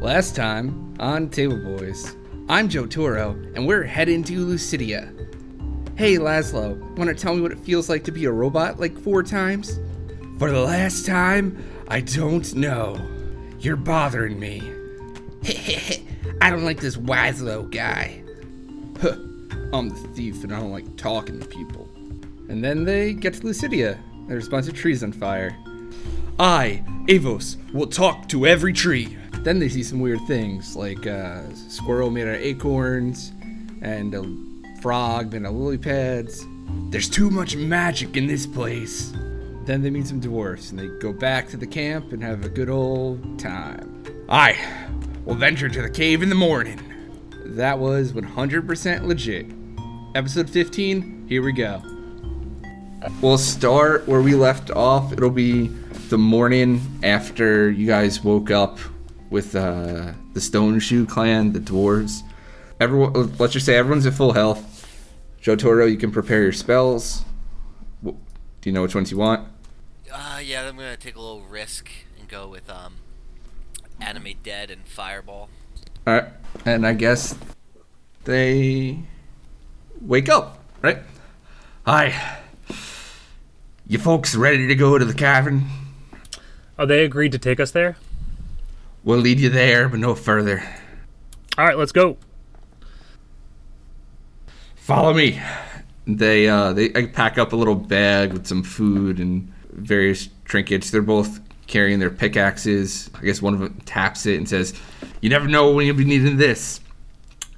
Last time on Table Boys, I'm Joe Toro, and we're heading to Lucidia. Hey, Laszlo, want to tell me what it feels like to be a robot like four times? For the last time, I don't know. You're bothering me. I don't like this Laszlo guy. Huh, I'm the thief and I don't like talking to people. And then they get to Lucidia. There's a bunch of trees on fire. I, Avos, will talk to every tree. Then they see some weird things, like a squirrel made out of acorns, and a frog made out of lily pads. There's too much magic in this place. Then they meet some dwarfs, and they go back to the camp and have a good old time. I will venture to the cave in the morning. That was 100% legit. Episode 15, here we go. We'll start where we left off. It'll be the morning after you guys woke up with uh, the Stone Shoe Clan, the dwarves. Everyone, let's just say everyone's at full health. Jotaro, you can prepare your spells. Wh- Do you know which ones you want? Uh, yeah, I'm gonna take a little risk and go with um, animate dead and fireball. All right, and I guess they wake up, right? Hi, you folks ready to go to the cavern? Oh, they agreed to take us there? We'll lead you there, but no further. All right, let's go. follow me they uh they I pack up a little bag with some food and various trinkets they're both carrying their pickaxes i guess one of them taps it and says you never know when you'll be needing this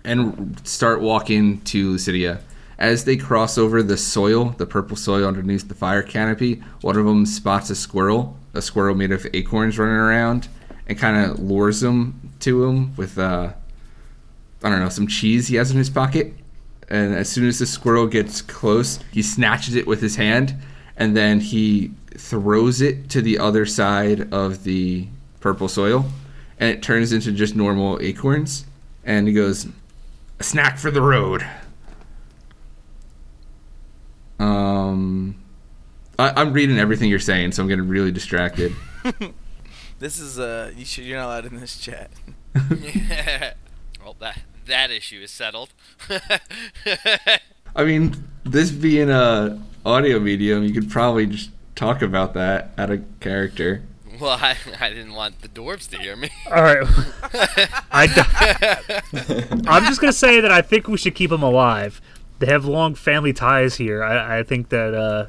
and start walking to lucidia as they cross over the soil the purple soil underneath the fire canopy one of them spots a squirrel a squirrel made of acorns running around and kind of lures them to him with uh I don't know, some cheese he has in his pocket. And as soon as the squirrel gets close, he snatches it with his hand and then he throws it to the other side of the purple soil and it turns into just normal acorns. And he goes, A snack for the road. Um, I, I'm reading everything you're saying, so I'm getting really distracted. This is uh, you should you're not allowed in this chat. well, that that issue is settled. I mean, this being a audio medium, you could probably just talk about that out of character. well, I, I didn't want the dwarves to hear me. All right. I d- I'm just going to say that I think we should keep them alive. They have long family ties here. I, I think that uh,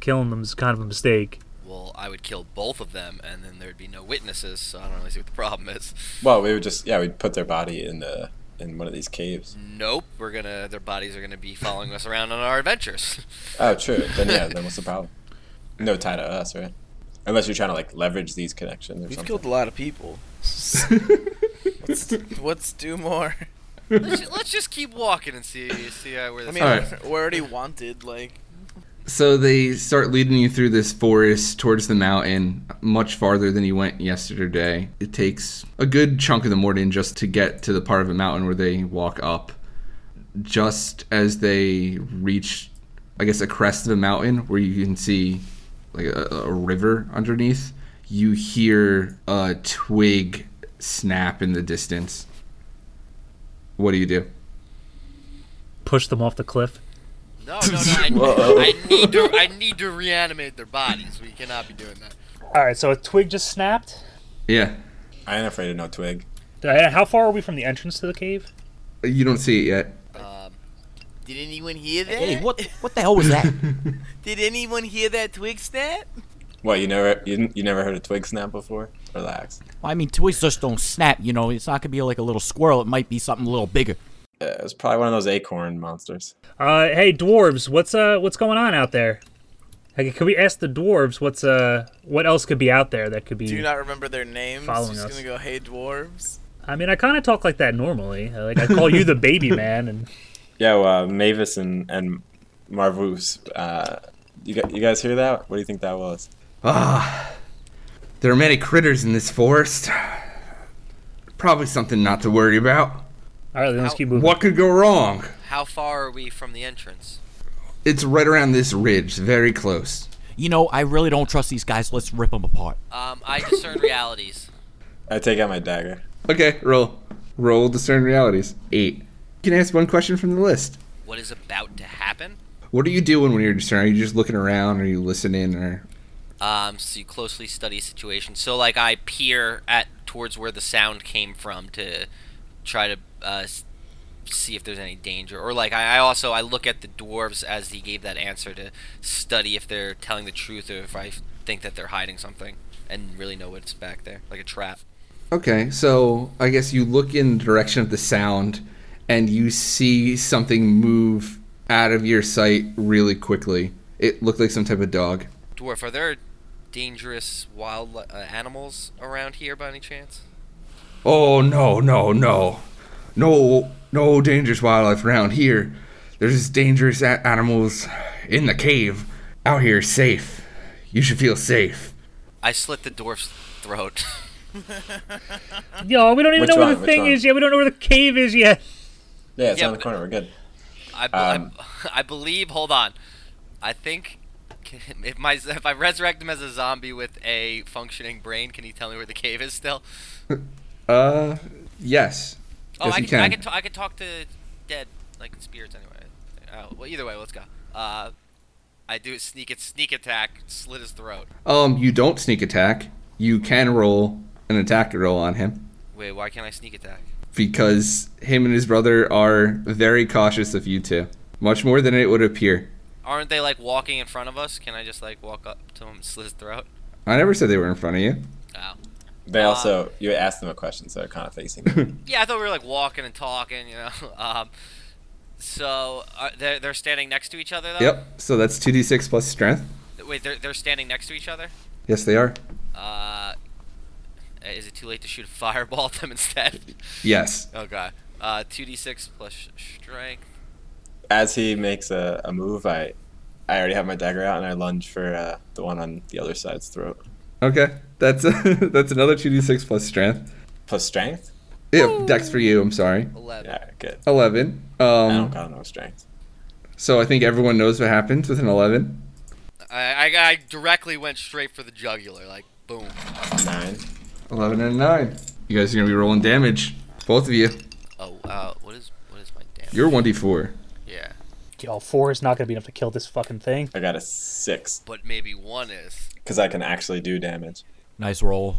killing them is kind of a mistake. well, I would kill both of them, and then there'd be no witnesses, so I don't really see what the problem is. Well, we would just yeah, we'd put their body in the in one of these caves. Nope, we're gonna. Their bodies are gonna be following us around on our adventures. Oh, true. Then yeah, then what's the problem? No tie to us, right? Unless you're trying to like leverage these connections or We've something. killed a lot of people. Let's do more. let's, ju- let's just keep walking and see see uh, where I this. mean, All right. we're already wanted. Like, So they start leading you through this forest towards the mountain, much farther than you went yesterday. It takes a good chunk of the morning just to get to the part of the mountain where they walk up. Just as they reach, I guess, a crest of a mountain where you can see like a, a river underneath, you hear a twig snap in the distance. What do you do? Push them off the cliff. No, no, no. I, I need to. I need to reanimate their bodies. We cannot be doing that. All right, so a twig just snapped. Yeah, I ain't afraid of no twig. Uh, How far are we from the entrance to the cave? you don't see it yet. Um, did anyone hear that? Hey, what what the hell was that? did anyone hear that twig snap? What you never you, didn't- you never heard a twig snap before? Relax. I mean, twigs just don't snap. You know, it's not gonna be like a little squirrel. It might be something a little bigger. Yeah, it was probably one of those acorn monsters. Uh, hey, dwarves, what's uh, what's going on out there? Hey, can we ask the dwarves what's uh, what else could be out there that could be? Do you not remember their names? Mm. Following Just us. gonna go, hey dwarves. I mean, I kind of talk like that normally. Uh, Like I call you the baby man, and Yo, uh, Mavis and and Marvus. Uh, you gu- you guys hear that? What do you think that was? There are many critters in this forest. Probably something not to worry about. all right, then let's keep moving. What could go wrong? How far are we from the entrance? It's right around this ridge, very close. You know, I really don't trust these guys. Let's rip them apart. Um, I discern realities. I take out my dagger. Okay, roll. Roll discern realities. Eight. You can ask one question from the list. What is about to happen? What are you doing when you're discerning? Are you just looking around? Are you listening? Or Um, so you closely study situations. So like I peer at towards where the sound came from to try to uh, s- see if there's any danger, or like I, I also I look at the dwarves as he gave that answer to study if they're telling the truth or if I f- think that they're hiding something and really know what's back there, like a trap. okay, so I guess you look in the direction of the sound, and you see something move out of your sight really quickly. It looked like some type of dog. Dwarf, are there dangerous wild uh, animals around here by any chance? Oh no, no, no, no, no dangerous wildlife around here. There's just dangerous a- animals in the cave. Out here, is safe. You should feel safe. I slit the dwarf's throat. Yo, we don't even Which know where one? the Which thing one? is yet. We don't know where the cave is yet. Yeah, it's Yeah, on the but- corner. We're good. I, be- Um, I, I believe. Hold on. I think can- if my if I resurrect him as a zombie with a functioning brain, can he tell me where the cave is still? Uh, yes. yes, Oh, I you I can. ta- I can talk to dead like spirits anyway. Uh, well, either way, let's go. Uh, I do a sneak it, sneak attack, slit his throat. um, you don't sneak attack. You can roll an attack roll on him Wait, why can't I sneak attack? because him and his brother are very cautious of you two, much more than it would appear. Aren't they like walking in front of us? Can I just like walk up to him, and slit his throat? I never said they were in front of you. Oh. They also you asked them a question, so they're kind of facing. you. Yeah, I thought we were like walking and talking, you know. Um, so uh, they're they're standing next to each other though. Yep. So that's two d six plus strength. Wait, they're they're standing next to each other. Yes, they are. Uh, is it too late to shoot a fireball at them instead? Yes. Okay. Uh, two d six plus sh- strength. As he makes a, a move, I I already have my dagger out and I lunge for uh, the one on the other side's throat. Okay, that's that's another two d six plus strength. Plus strength. Yeah, dex for you. I'm sorry. Eleven. Yeah, good. Eleven. I don't Um, got no strength. so I think everyone knows what happens with an eleven. I, I I directly went straight for the jugular, like boom. Nine. Eleven and a nine. You guys are gonna be rolling damage. Both of you. Oh, uh, what is what is my damage? You're one d four. yeah, Yo, four is not going to be enough to kill this fucking thing. I got a six but maybe one is. because I can actually do damage. Nice roll.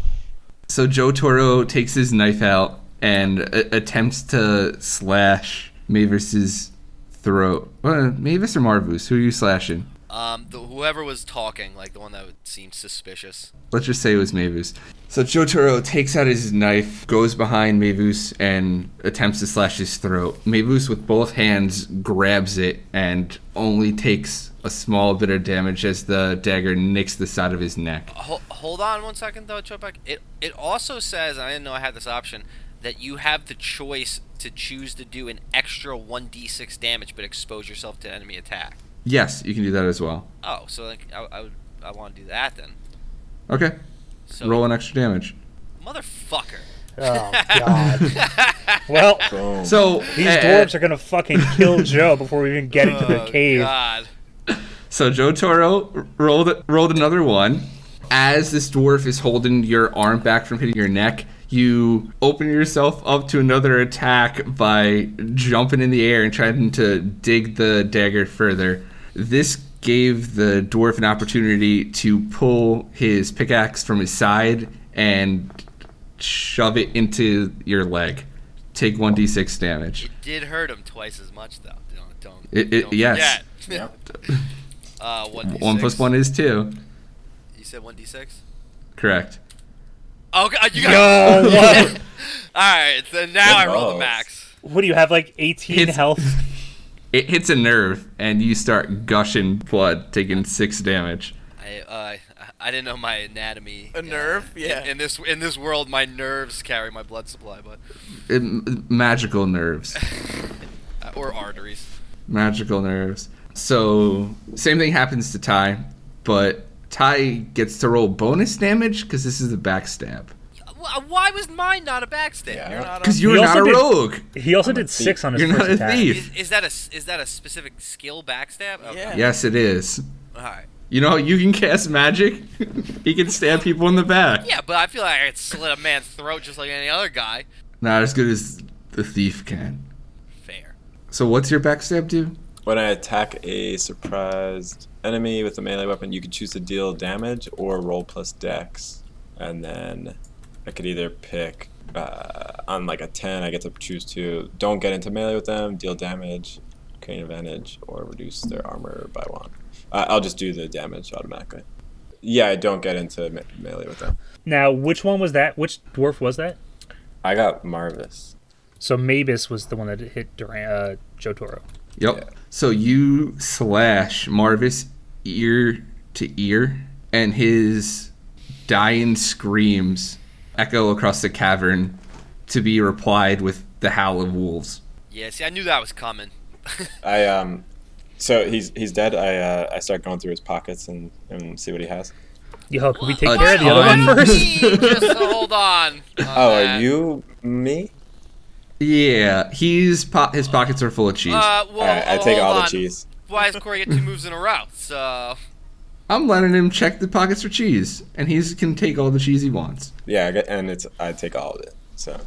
So Joe Toro takes his knife out and a- attempts to slash Mavis's throat. Uh, Mavis or Marvus? Who are you slashing? Um, the, whoever was talking, like the one that would seem suspicious. let's just say it was Mavus. So Jotaro takes out his knife, goes behind Mavus, and attempts to slash his throat. Mavus, with both hands, grabs it and only takes a small bit of damage as the dagger nicks the side of his neck. Ho- hold on one second though, Chopek. It it also says, and I didn't know I had this option, that you have the choice to choose to do an extra one d six damage, but expose yourself to enemy attack. Yes, you can do that as well. Oh, so like I, I would I want to do that then. Okay, So roll an extra damage. motherfucker. Oh, God. well, Boom. So these eh, eh, dwarves are going to fucking kill Joe before we even get into the Oh, cave. God. So Joe Toro r- rolled rolled another one. As this dwarf is holding your arm back from hitting your neck, you open yourself up to another attack by jumping in the air and trying to dig the dagger further. This gave the dwarf an opportunity to pull his pickaxe from his side and shove it into your leg. Take 1d6 damage. It did hurt him twice as much though. Don't don't. It- it- don't yes. forget. Yep. uh, one d six. 1 plus 1 is 2. You said one d six. Correct. Oh, God, you got. Yo, what? All right, so now Good I roll the rolls. max. what do you have, like 18 It's- health? It hits a nerve, and you start gushing blood, taking six damage. I uh, I didn't know my anatomy. A uh, nerve? in- Yeah. In, this in this world, my nerves carry my blood supply, but It, magical nerves. uh, or arteries. Magical nerves. So, same thing happens to Ty, but Ty gets to roll bonus damage because this is a backstab. Wh- uh, Why was mine not a backstab? Yeah, I You're don't- not Because on. you're He not also a did- rogue! He also I'm a did six thief. on his You're first not a attack. thief! Is, is that a s- is that a specific skill backstab? Okay. Yeah. Yes, it is. All right. You know, you can cast magic. he can stab people in the back. Yeah, but I feel like I could slit a man's throat just like any other guy. Not as good as the thief can. Fair. So what's your backstab do? When I attack a surprised enemy with a melee weapon, you can choose to deal damage or roll plus dex. And then I could either pick uh, on like a 10, I get to choose to don't get into melee with them, deal damage, gain advantage, or reduce their armor by one. Uh, I'll just do the damage automatically. Yeah, I don't get into me- melee with them. Now, which one was that? Which dwarf was that? I got Marvis. So Mavis was the one that hit Duran, uh, Joe Toro. Yep. Yeah. So you slash Marvis ear to ear, and his dying screams echo across the cavern to be replied with the howl of wolves. Yeah, see, I knew that was coming. I um, so he's he's dead. I uh, I start going through his pockets and, and see what he has. Yo, can we take A care of the other one ton. first? Just hold on. Oh, Uh, are you me? Yeah, he's po- his pockets are full of cheese. Uh, well, All right, I take hold all the on. cheese. Why does Corey get two moves in a row? So I'm letting him check the pockets for cheese, and he can take all the cheese he wants. Yeah, I get, and it's I take all of it. So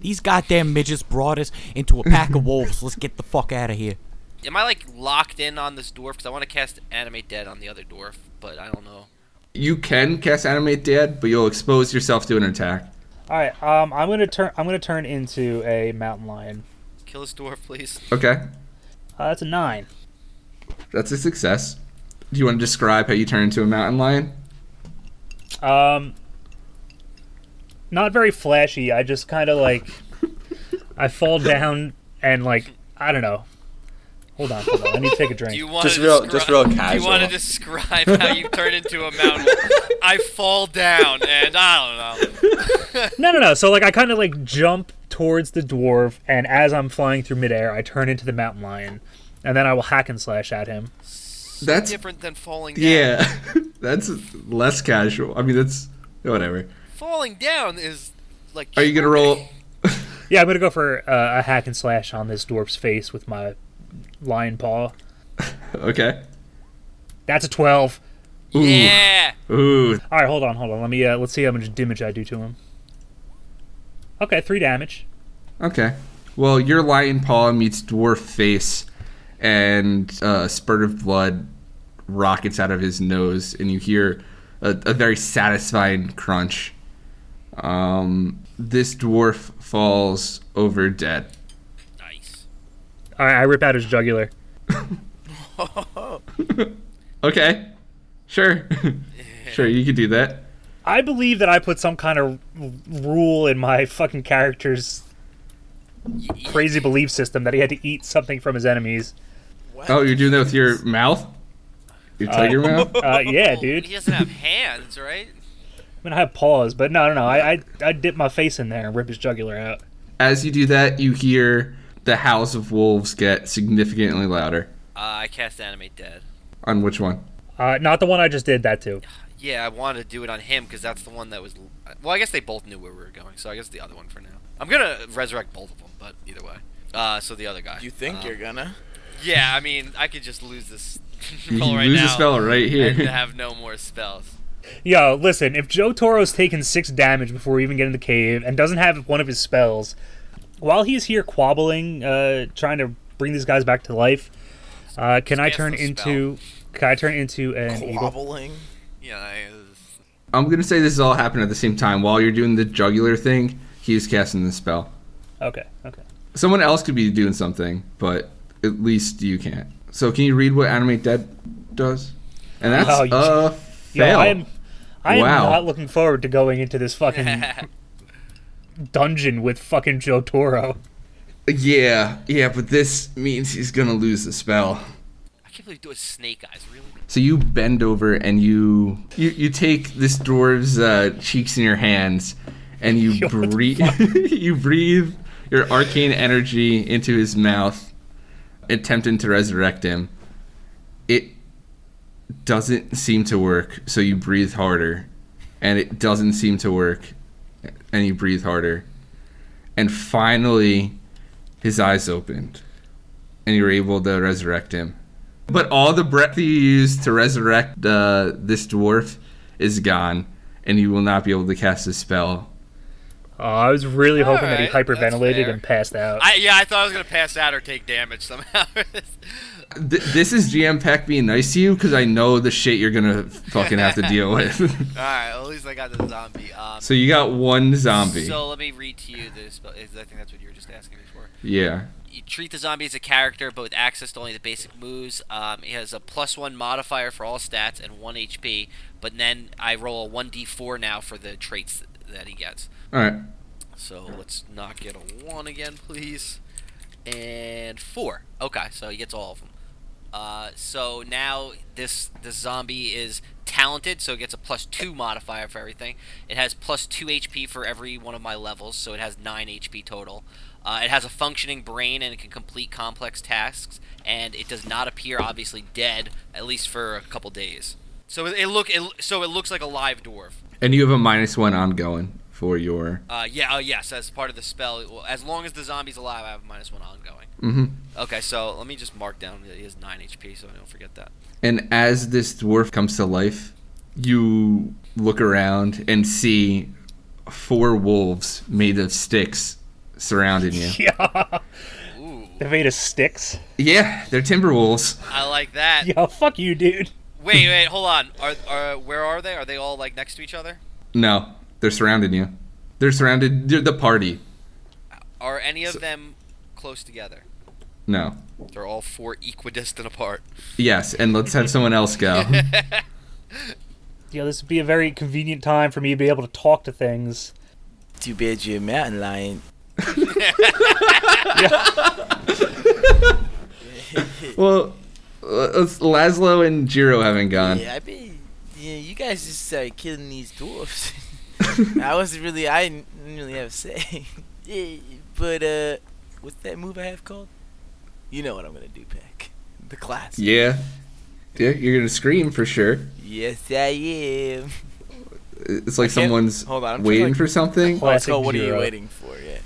These goddamn midgets brought us into a pack of wolves. Let's get the fuck out of here. Am I like locked in on this dwarf? Because I want to cast animate dead on the other dwarf, but I don't know. You can cast animate dead, but you'll expose yourself to an attack. All right, um, I'm gonna turn. I'm gonna turn into a mountain lion. Kill this dwarf, please. Okay, Uh, that's a nine. that's a success. Do you want to describe how you turn into a mountain lion? Um, not very flashy. I just kind of like, I fall down and like, I don't know. Hold on, hold on. I need to take a Do drink. you want Just to real- descri- just real Do you want casual. to describe how you turn into a mountain? I fall down, and I don't know. No, no, no. So like, I kind of like jump towards the dwarf, and as I'm flying through midair, I turn into the mountain lion, and then I will hack and slash at him. That's Different than falling down. Yeah, that's less casual. I mean, that's whatever. Falling down is like. Are you gonna roll? Yeah, I'm gonna go for uh, a hack and slash on this dwarf's face with my lion paw. Okay. That's a twelve. Ooh. Yeah. Ooh. All right, hold on, hold on. Let me uh, let's see how much damage I do to him. Okay, three damage. Okay. Well, your lion paw meets dwarf face, and uh, a spurt of blood rockets out of his nose, and you hear a, a very satisfying crunch. Um, this dwarf falls over dead. Nice. All right, I rip out his jugular. Okay. Sure. sure, you could do that. I believe that I put some kind of r- rule in my fucking character's crazy belief system that he had to eat something from his enemies. Oh, you're doing that with your mouth? Your tiger mouth? Uh, yeah, Oh, dude. He doesn't have hands, right? I mean, I have paws, but no, no, no. I, I, I dip my face in there and rip his jugular out. As you do that, you hear the howls of wolves get significantly louder. Uh, I cast animate dead. On which one? Uh, not the one I just did that to. Yeah, I wanted to do it on him because that's the one that was. Well, I guess they both knew where we were going, so I guess the other one for now. I'm gonna resurrect both of them, but either way. Uh, so the other guy. You think Uh, you're gonna? Yeah, I mean, I could just lose this You roll right lose now a spell right and here. have no more spells. Yo, listen. If Joe Toro's taken six damage before we even get in the cave and doesn't have one of his spells, while he's here quabbling, uh, trying to bring these guys back to life, uh, can I Cast turn the into? Can I turn into an eagle? Wobbling. Yeah, I- I'm gonna say this is all happening at the same time. While you're doing the jugular thing, he's casting the spell. Okay, okay. Someone else could be doing something, but at least you can't. So can you read what Animate Dead does? And that's Oh, you- a Yo, fail. I am, I am Wow. not looking forward to going into this fucking dungeon with fucking Joe Toro. Yeah, yeah, but this means he's gonna lose the spell. I can't believe you do a snake eyes. Really? So you bend over and you you, you take this dwarf's uh, cheeks in your hands, and you Yo, what the breathe you breathe your arcane energy into his mouth, attempting to resurrect him. It doesn't seem to work, so you breathe harder, and it doesn't seem to work, and you breathe harder, and finally, his eyes opened, and you were able to resurrect him But all the breath you used to resurrect uh, this dwarf is gone, and you will not be able to cast a spell. Oh, I was really hoping that he Alright, that's hyperventilated fair. and passed out. I yeah, I thought I was gonna pass out or take damage somehow. Th- this is GM Peck being nice to you because I know the shit you're gonna fucking have to deal with. All right, well, at least I got the zombie. Um, so you got one zombie. So let me read to you this. I think that's what you were just asking me for. yeah. You treat the zombie as a character, but with access to only the basic moves. Um, he has a plus one modifier for all stats and one HP. But then I roll a one d4 now for the traits that he gets. All right. So let's not get a one again, please. And four. Okay, so he gets all of them. Uh, so now this this zombie is talented, so it gets a plus two modifier for everything. It has plus two HP for every one of my levels, so it has nine HP total. Uh, it has a functioning brain and it can complete complex tasks, and it does not appear obviously dead at least for a couple days. So it, it look it, so it looks like a live dwarf. And you have a minus one ongoing for your. Uh, yeah, oh, yes, as part of the spell. Well, As long as the zombie's alive, I have minus one ongoing. hmm Mm-hmm. Okay, so let me just mark down that he has 9 HP so I don't forget that. And as this dwarf comes to life, you look around and see four wolves made of sticks surrounding you. yeah. Ooh, The Veda sticks. yeah, they're timber wolves. I like that. Yeah, fuck you, dude. Wait, wait, hold on. Are, are Where are they? Are they all, like, next to each other? No, they're surrounding you. They're surrounded. They're the party. Are any of them close together? No. They're all four equidistant apart. Yes, and let's have someone else go. Yeah, this would be a very convenient time for me to be able to talk to things. Too bad you're a mountain lion. well, uh, it's Laszlo and Jiro haven't gone. Yeah, I mean, yeah, you guys just started killing these dwarfs. I wasn't really, I didn't really have a say. yeah, but uh, what's that move I have called? You know what I'm gonna do, Peck. The class. Yeah. Yeah, you're gonna scream for sure. Yes, I am. It's like I can't- someone's hold on, I'm trying to, waiting like- for something. Oh, so Classic what are you Jiro. waiting for? Yeah.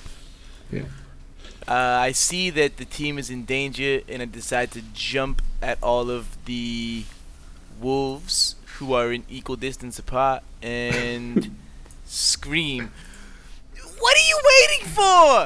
Yeah. Uh, I see that the team is in danger, and I decide to jump at all of the wolves who are in equal distance apart and scream, "What are you waiting for?"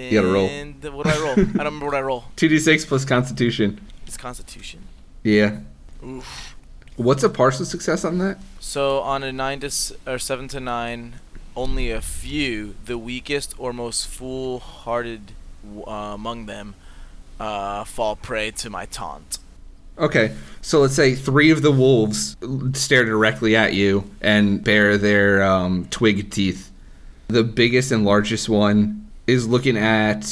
And You gotta roll. what do I roll? I don't remember what I roll. 2d6 plus Constitution. It's Constitution. Yeah. Oof. What's a partial success on that? So on a nine to s- or seven to nine, only a few, the weakest or most fool-hearted w- uh, among them, uh, fall prey to my taunt. Okay, so let's say three of the wolves stare directly at you and bare their um, twig teeth. The biggest and largest one is looking at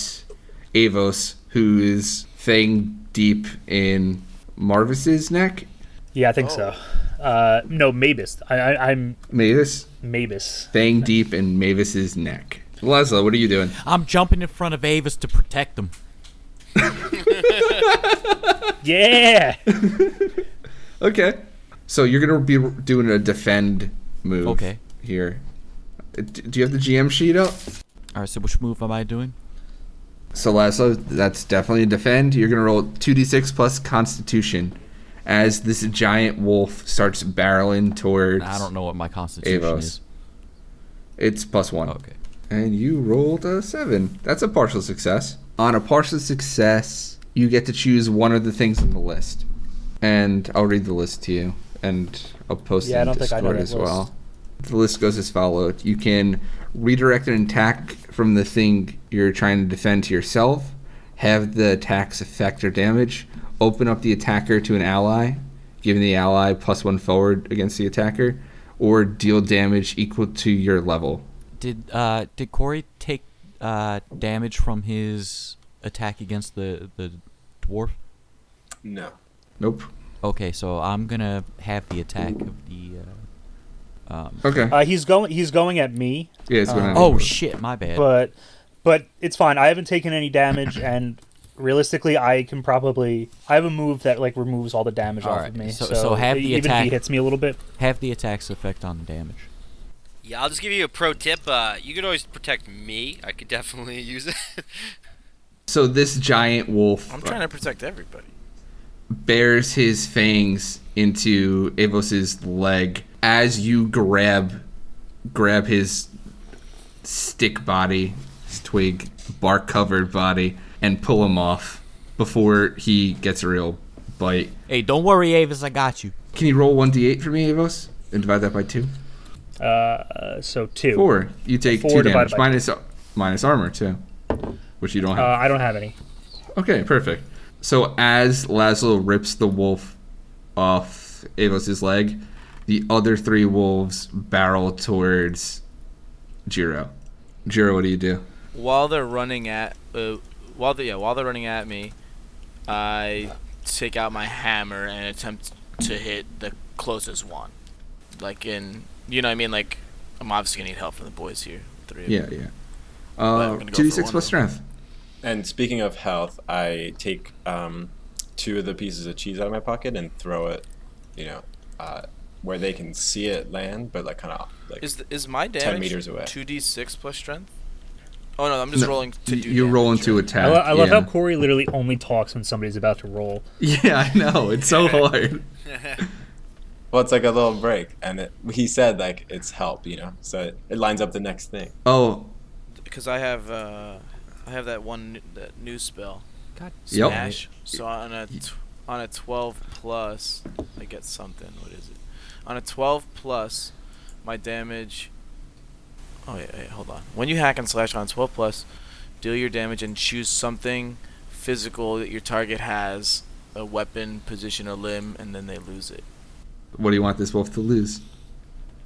Avos, who is fang deep in Marvis's neck. Yeah, I think Oh. so. Uh, no, Mabus. I, I, I'm Mavis, Mabus. fang deep in Mavis's neck. Lesla, what are you doing? I'm jumping in front of Avis to protect him. Yeah. Okay, so you're gonna be doing a defend move. Okay. Here, Uh, D- do you have the GM sheet up? All right, so which move am I doing? So Laszlo, that's definitely a defend. You're gonna roll two d six plus Constitution, as this giant wolf starts barreling towards. I don't know what my constitution Avos. is. It's plus one. Okay. And you rolled a seven. That's a partial success. On a partial success, you get to choose one of the things on the list, and I'll read the list to you, and I'll post Yeah, I it in don't think I know Discord that as list. well. The list goes as followed: You can redirect an attack from the thing you're trying to defend to yourself, have the attack's effect or damage, open up the attacker to an ally, giving the ally plus one forward against the attacker, or deal damage equal to your level. Did uh did Corey take uh damage from his attack against the the dwarf? No. Nope. Okay, so I'm gonna have the attack of the. Uh, Okay. Uh, he's going. He's going at me, yeah, it's going to oh shit! My bad. but but it's fine. I haven't taken any damage, and realistically, I can probably. I have a move that like removes all the damage off Alright, of me. so- So, so have the even if attack- he hits me a little bit. Have the attack's effect on the damage. Yeah, I'll just give you a pro tip. Uh, you could always protect me. I could definitely use it. So this giant wolf. I'm trying to protect everybody. bears his fangs into Avos's leg as you grab grab his stick body, his twig bark covered body, and pull him off before he gets a real bite. Hey, don't worry, Avis. I got you. Can you roll one d8 for me, Avos, and divide that by two? Uh, so two. Four. You take Four two divided damage by minus minus armor too, which you don't Uh, have. I don't have any. Okay, perfect. So as Laszlo rips the wolf off Avos's leg, the other three wolves barrel towards Jiro. Jiro, what do you do? while they're running at uh, while they yeah while they're running at me, I take out my hammer and attempt to hit the closest one. Like in you know what I mean like I'm obviously gonna need help from the boys here. Three. of Yeah, yeah. I'm Uh, gonna go two d for six one. plus strength. And speaking of health, I take um, two of the pieces of cheese out of my pocket and throw it, you know, uh, where they can see it land, but like kind of like Is th- is my damage 10 meters away. Two d six plus strength. Oh no, I'm just No, rolling to Y- do. You roll damage, into right? attack. I, lo- I love yeah. how Corey literally only talks when somebody's about to roll. Yeah, I know. It's so hard. Well, it's like a little break, and it, he said like it's help, you know, so it, it lines up the next thing. Oh, because I have uh, I have that one n- that new spell. God Yep. Smash. So on a tw- on a 12 plus, I get something. What is it? On a 12 plus, my damage. Oh wait, wait, hold on. When you hack and slash on 12 plus, deal your damage and choose something physical that your target has, a weapon, position, or limb, and then they lose it. what do you want this wolf to lose?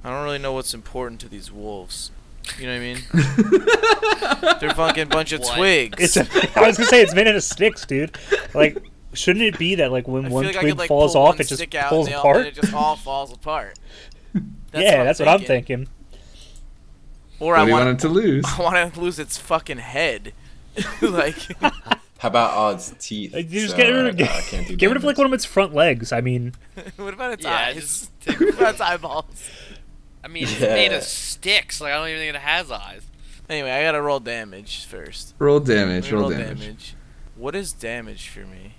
I don't really know what's important to these wolves. You know what I mean? They're fucking bunch of What? twigs. It's a, I was gonna say it's made out of sticks, dude. Like, shouldn't it be that like when I one feel like I twig could, like, falls pull off, one it just stick out falls and they all- apart? and it just all falls apart. yeah, that's what I'm thinking. Or What I do you want want it to lose? I want to lose its fucking head. like How about all its teeth? Like, you just So get rid I- of, I can't do get rid of like damage. one of its front legs. I mean, what about its Yeah, eyes? just take- what about its eyeballs? I mean, it's made Yeah. of sticks. Like I don't even think it has eyes. Anyway, I gotta roll damage first. Roll Let damage. me Roll damage. What is damage for me?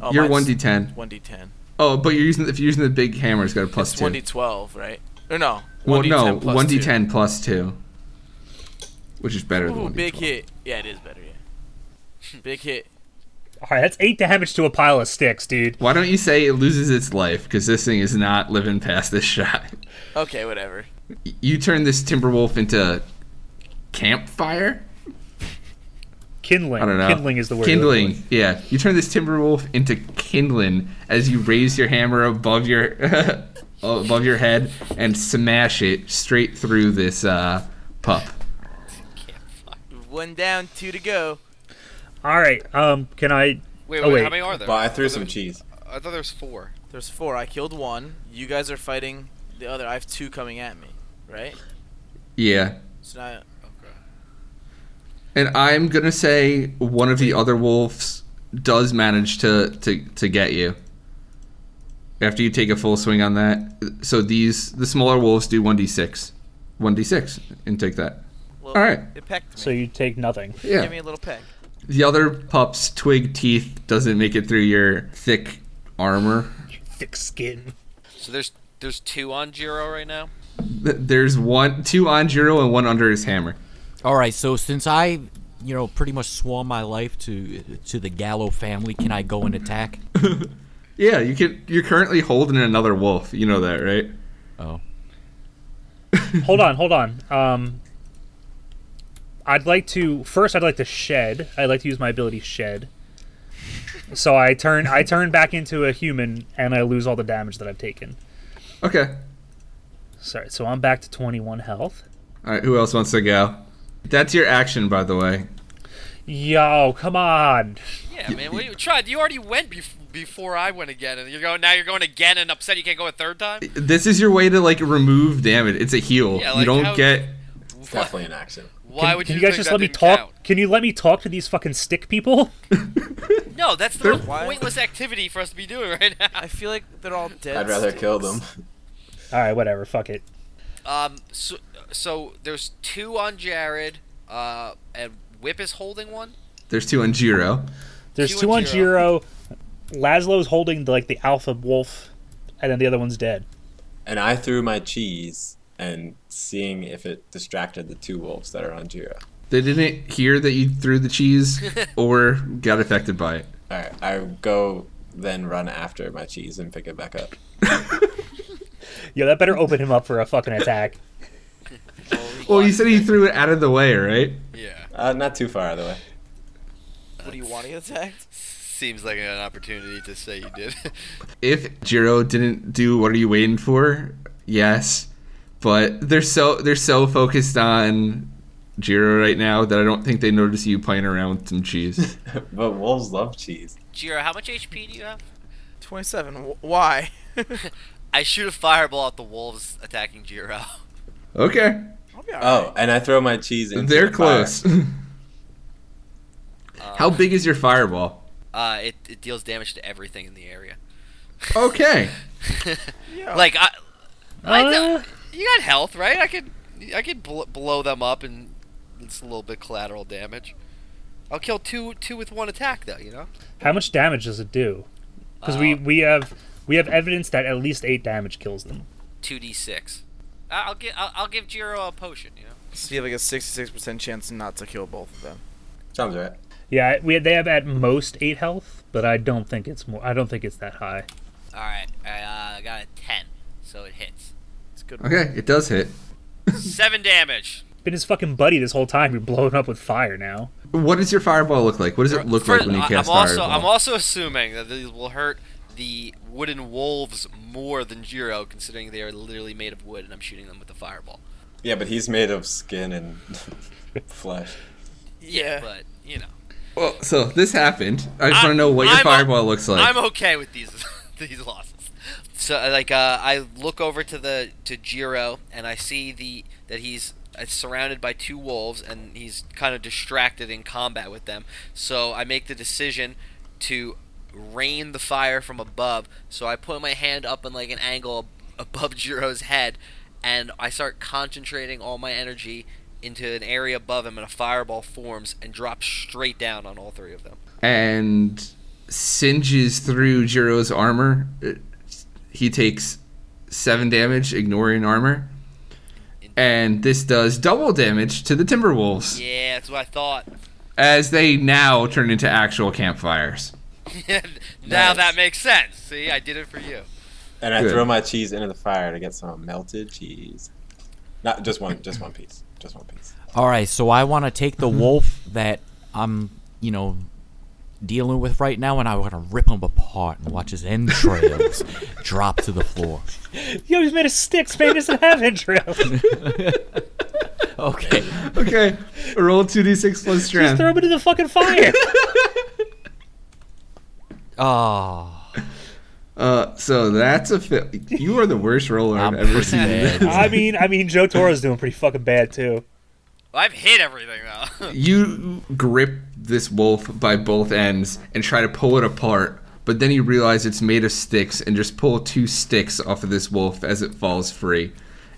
Oh, You're one mine's- d ten. One d ten. Oh, but you're using if you're using the big hammer, it's got a plus It's two. one d twelve, right? Or no? Well, 1d10 no, plus one d two. ten plus two, which is better than Ooh, one d big hit. Yeah, it is better. Yeah. big hit. all right, that's eight damage to a pile of sticks, dude. Why don't you say it loses its life? Because this thing is not living past this shot. Okay, whatever. You turn this timber wolf into campfire. Kindling. I don't know. Kindling is the word. Kindling. Yeah, you turn this timber wolf into kindling as you raise your hammer above your oh, above your head and smash it straight through this uh, pup. One down, two to go. All right. Um, can I? Wait, Oh, wait, wait. how many are there? Well, I threw some cheese. I thought there was four. There's four. I killed one. You guys are fighting the other. I have two coming at me, right? Yeah, So now, And I'm gonna say one of the other wolves does manage to to to get you. After you take a full swing on that, so these the smaller wolves do one d six, one d six, and take that. well, All right. It pecked me. So you take nothing. Yeah. Give me a little peck. The other pup's twig teeth doesn't make it through your thick armor. Thick skin. So there's there's two on Jiro right now. Th- There's one, two on Jiro and one under his hammer. All right. So since I, you know, pretty much swore my life to to the Gallo family, can I go and attack? Yeah, you can. You're currently holding another wolf. You know that, right? Oh. hold on, hold on. Um, I'd like to first. I'd like to shed. I'd like to use my ability shed. So I turn. I turn back into a human, and I lose all the damage that I've taken. Okay. Sorry. So I'm back to 21 health. All right. Who else wants to go? That's your action, by the way. Yo, come on. Yeah, man. What you tried? You already went bef- before I went again, and you're going now. You're going again and upset. You can't go a third time. This is your way to like remove damage. It's a heal. Yeah, you like, don't how- get. It's definitely an action. Why Can- would can you, you guys think just that let me didn't talk? count? Can you let me talk to these fucking stick people? No, that's the most Why? pointless activity for us to be doing right now. I feel like they're all dead. I'd rather sticks. kill them. All right, whatever. Fuck it. Um, so, so there's two on Jared. Uh, and Whip is holding one. There's two on Jiro. There's Two two on on Jiro. Laszlo's holding the, like the alpha wolf, and then the other one's dead. And I threw my cheese and seeing if it distracted the two wolves that are on Jira. They didn't hear that you threw the cheese or got affected by it. All right, I go then run after my cheese and pick it back up. Yo, that better open him up for a fucking attack. Well, you said he threw it out of the way, right? Yeah. Uh, not too far out of the way. What do you want to get attacked? Seems like an opportunity to say you did. If Jiro didn't do what are you waiting for? Yes. But they're so they're so focused on Jiro right now that I don't think they notice you playing around with some cheese. But wolves love cheese. Jiro, how much HP do you have? 27. Wh- Why? I shoot a fireball at the wolves attacking Jiro. okay. I'll be alright. Oh, and I throw my cheese into They're the fire. close. Uh. How big is your fireball? Uh, it, it deals damage to everything in the area. Okay. Oh. Yeah. like I, I Uh. don't- you got health, right? I could I could bl- blow them up and it's a little bit collateral damage. I'll kill two two with one attack though, you know. How much damage does it do? Because we we have we have evidence that at least eight damage kills them. Two d six. I'll give I'll, I'll give Jiro a potion, you know. So you have like a 66% chance not to kill both of them. Sounds right. Yeah, we they have at most eight health, but I don't think it's more. I don't think it's that high. All right, I uh, got a ten, so it hits It's good. Okay, it does hit. seven damage. Been his fucking buddy this whole time. You're blowing up with fire now. What does your fireball look like? What does it look For- like when you I- cast I'm also fireball? I'm also assuming that these will hurt the wooden wolves more than Jiro, considering they are literally made of wood, and I'm shooting them with a fireball. Yeah, but he's made of skin and flesh. Yeah. But you know. well, so this happened. I just I- want to know what your I'm o- fireball looks like. I'm okay with these these losses. So uh, like uh, I look over to the to Jiro and I see the that he's uh, surrounded by two wolves and he's kind of distracted in combat with them. So I make the decision to rain the fire from above. So I put my hand up in like an angle above Jiro's head and I start concentrating all my energy into an area above him and a fireball forms and drops straight down on all three of them. and singes through Jiro's armor. It- He takes seven damage, ignoring armor. And this does double damage to the Timberwolves Yeah, that's what I thought. as they now turn into actual campfires. now Nice. that makes sense. See, I did it for you. And I Good. throw my cheese into the fire to get some melted cheese. Not just one, just one piece, just one piece. All right, so I want to take the wolf that I'm, you know, dealing with right now, and I want to rip him apart and watch his entrails drop to the floor. Yo, he's made of sticks, man. He doesn't have entrails. Just Okay. Okay, roll 2d6 plus strength. throw him into the fucking fire. Oh, uh, so that's a fail. You are the worst roller I've I'm ever pretty seen. bad. I mean, I mean, Joe Toro's doing pretty fucking bad too. I've hit everything though. You grip this wolf by both ends and try to pull it apart, but then you realize it's made of sticks and just pull two sticks off of this wolf as it falls free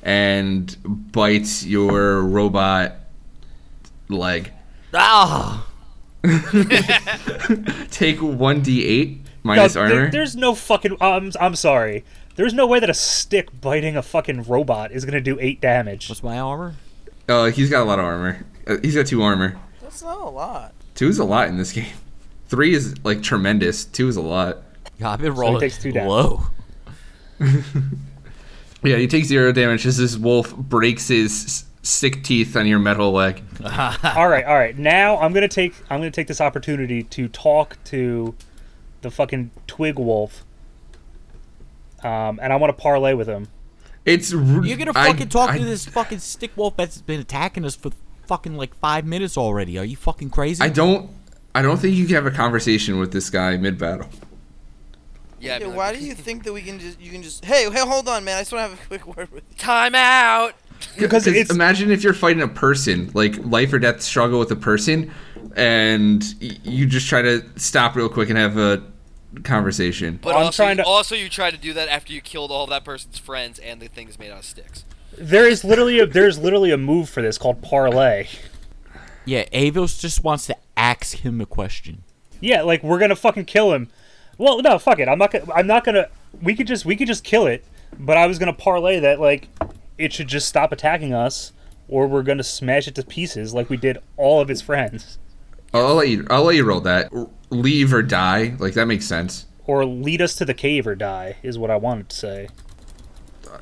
and bites your robot leg. Ah! Take 1d8 No, minus there- armor. there's no fucking. I'm, I'm sorry. There's no way that a stick biting a fucking robot is gonna do eight damage. What's my armor? Uh, he's got a lot of armor. Uh, he's got two armor. That's not a lot. Two is a lot in this game. Three is like tremendous. Two is a lot. God, I've been rolling takes two down. low. Yeah, you take zero damage as this wolf breaks his s- stick teeth on your metal leg. all right, all right. Now I'm gonna take I'm gonna take this opportunity to talk to the fucking twig wolf, um, and I want to parlay with him. It's r- You're gonna I- fucking talk I- to this fucking stick wolf that's been attacking us for fucking like five minutes already. Are you fucking crazy? I don't. I don't think you can have a conversation with this guy mid battle. yeah. I'd be Yeah, like, why do you think that we can just you can just hey hey hold on man I just want to have a quick word with you. Time out. Because it's- imagine if you're fighting a person, like life or death struggle with a person, and y- you just try to stop real quick and have a conversation. But I'm also, trying to- also you try to do that after you killed all that person's friends and the things made out of sticks. There is literally a, there's literally a move for this called parlay. yeah, Avos just wants to ask him a question. Yeah, like we're gonna fucking kill him. Well, no, fuck it. I'm not. Gonna, I'm not gonna. We could just. We could just kill it. But I was gonna parlay that like, it should just stop attacking us, or we're gonna smash it to pieces like we did all of its friends, I'll, I'll let you. I'll let you roll that. R- Leave or die. Like that makes sense. or lead us to the cave or die. Is what I wanted to say.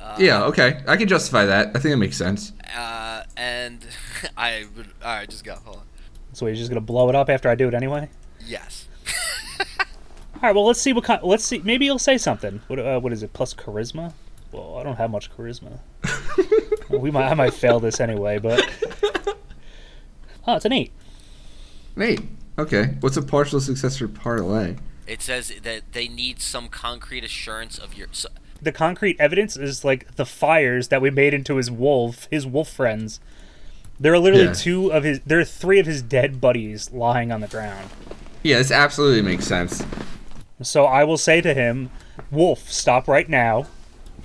Uh, yeah. Okay. I can justify that. I think that makes sense. Uh, and I would. All right, just go. Hold on. So he's just gonna blow it up after I do it anyway. Yes. All right. Well, let's see what kind. Let's see. Maybe he'll say something. What? Uh, what is it? Plus charisma. Well, I don't have much charisma. we might. I might fail this anyway. But oh, it's an eight. Nate. Okay. What's a partial success for parlay? It says that they need some concrete assurance of your. So, the concrete evidence is like the fires that we made into his wolf, his wolf friends. There are literally Yeah. two of his. There are three of his dead buddies lying on the ground. Yeah, this absolutely makes sense. So I will say to him, "Wolf, stop right now.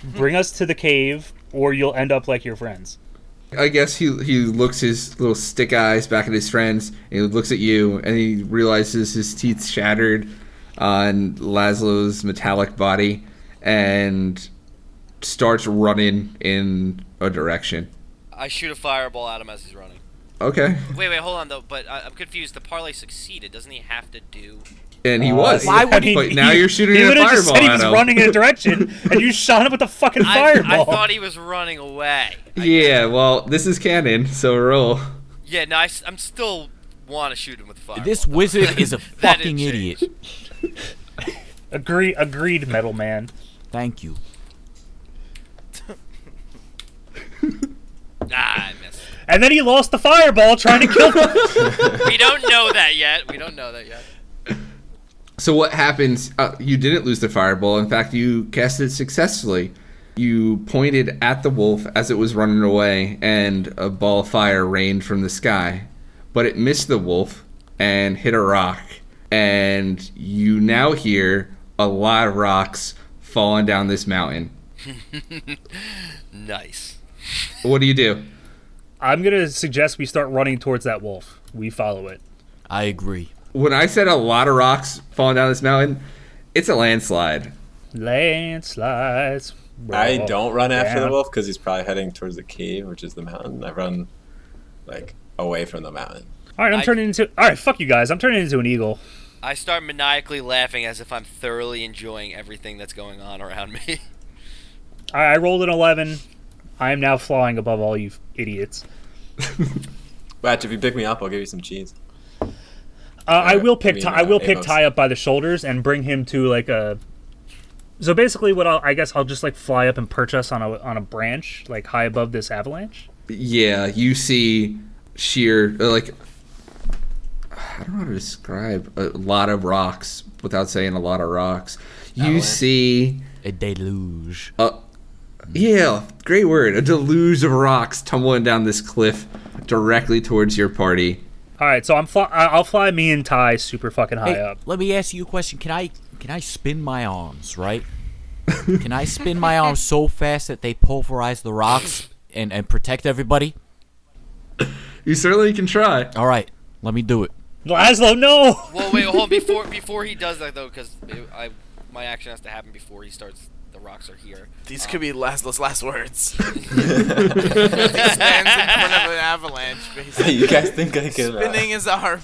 Bring us to the cave, or you'll end up like your friends." I guess he he looks his little stick eyes back at his friends, and he looks at you, and he realizes his teeth shattered on Laszlo's metallic body, and starts running in a direction. I shoot a fireball at him as he's running. Okay, Wait, wait, hold on though. But I, I'm confused. The parlay succeeded. Doesn't he have to do? and he Uh, was. Why would I mean, But now you're shooting He a would have fireball just said he at was him. running in a direction, and you shot him with a fucking I, I fireball. thought he was running away. yeah, well, this is canon, so roll. Yeah, no, I, am still want to shoot him with the fireball. This though. wizard is a That fucking didn't idiot. change. Agree, agreed, metal man. Thank you. Ah, I missed. And then he lost the fireball trying to kill him. We don't know that yet. We don't know that yet. So what happens? Uh, you didn't lose the fireball. In fact, you cast it successfully. You pointed at the wolf as it was running away, and a ball of fire rained from the sky. But it missed the wolf and hit a rock. And you now hear a lot of rocks falling down this mountain. Nice. What do you do? I'm gonna suggest we start running towards that wolf. We follow it. I agree. When I said a lot of rocks falling down this mountain, it's a landslide. Landslides. I don't run after down. the wolf because he's probably heading towards the cave, which is the mountain. I run like away from the mountain. All right, I'm I- turning into. All right, fuck you guys. I'm turning into an eagle. I start maniacally laughing as if I'm thoroughly enjoying everything that's going on around me. All right, I rolled an eleven. I am now flying above all you idiots. Watch, if you pick me up, I'll give you some cheese. Uh, I Yeah, will I pick. mean, Ty- I uh, will pick Avos. Ty up by the shoulders and bring him to like a. So basically, what I'll, I guess I'll just like fly up and perch us on a on a branch, like high above this avalanche. yeah, you see sheer uh, like I don't know how to describe a lot of rocks without saying a lot of rocks. You see, A deluge. yeah, great word, a deluge of rocks tumbling down this cliff directly towards your party. All right, so I'm fly. I- I'll fly me and Ty super fucking high Hey, up. let me ask you a question. Can I can I spin my arms, right? can I spin my arms so fast that they pulverize the rocks and, and protect everybody? You certainly can try. All right, let me do it. Laszlo, no. Well, wait, hold on. before before he does that though, because I my action has to happen before he starts. The rocks are here. These could be Laszlo's last words. he stands in front of an avalanche, basically. you guys think I can? uh, Spinning his arm.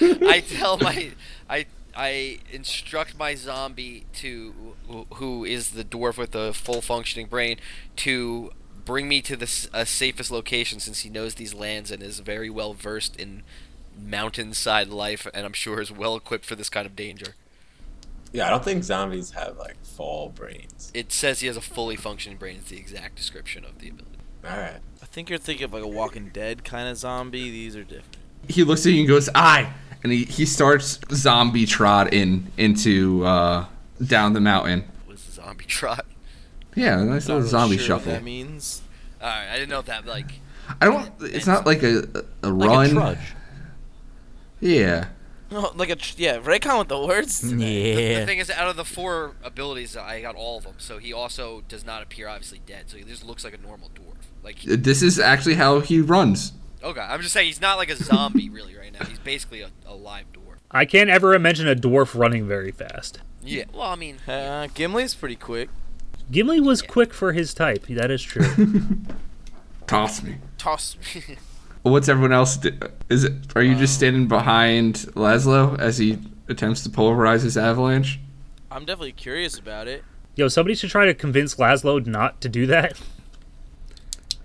I tell my I I instruct my zombie to wh- who is the dwarf with the full functioning brain to bring me to the s- uh, safest location since he knows these lands and is very well versed in mountainside life and I'm sure is well equipped for this kind of danger. yeah, I don't think zombies have like fall brains. It says he has a fully functioning brain. It's the exact description of the ability. All right. I think you're thinking of like a Walking Dead kind of zombie. These are different. He looks at you and goes, "I," and he he starts zombie trot in into uh, down the mountain. Was the zombie trot? Yeah, a nice little zombie Oh, sure shuffle. What that means. All right, I didn't know if that like I don't. It's not like a a, a Like run. a trudge. Yeah. No, like a tr- yeah. Raycon with the words. today. The Yeah. thing is, out of the four abilities, I got all of them. So he also does not appear obviously dead. So he just looks like a normal dwarf. Like, he- This is actually how he runs. okay, I'm just saying he's not like a zombie really right now. He's basically a, a live dwarf. I can't ever imagine a dwarf running very fast. Yeah. Well, I mean, Uh, Gimli's pretty quick. Gimli was quick for his type. That is true. Toss me. toss. What's everyone else? Do? Is it? Are you Um, just standing behind Laszlo as he attempts to polarize his avalanche? I'm definitely curious about it. Yo, somebody should try to convince Laszlo not to do that,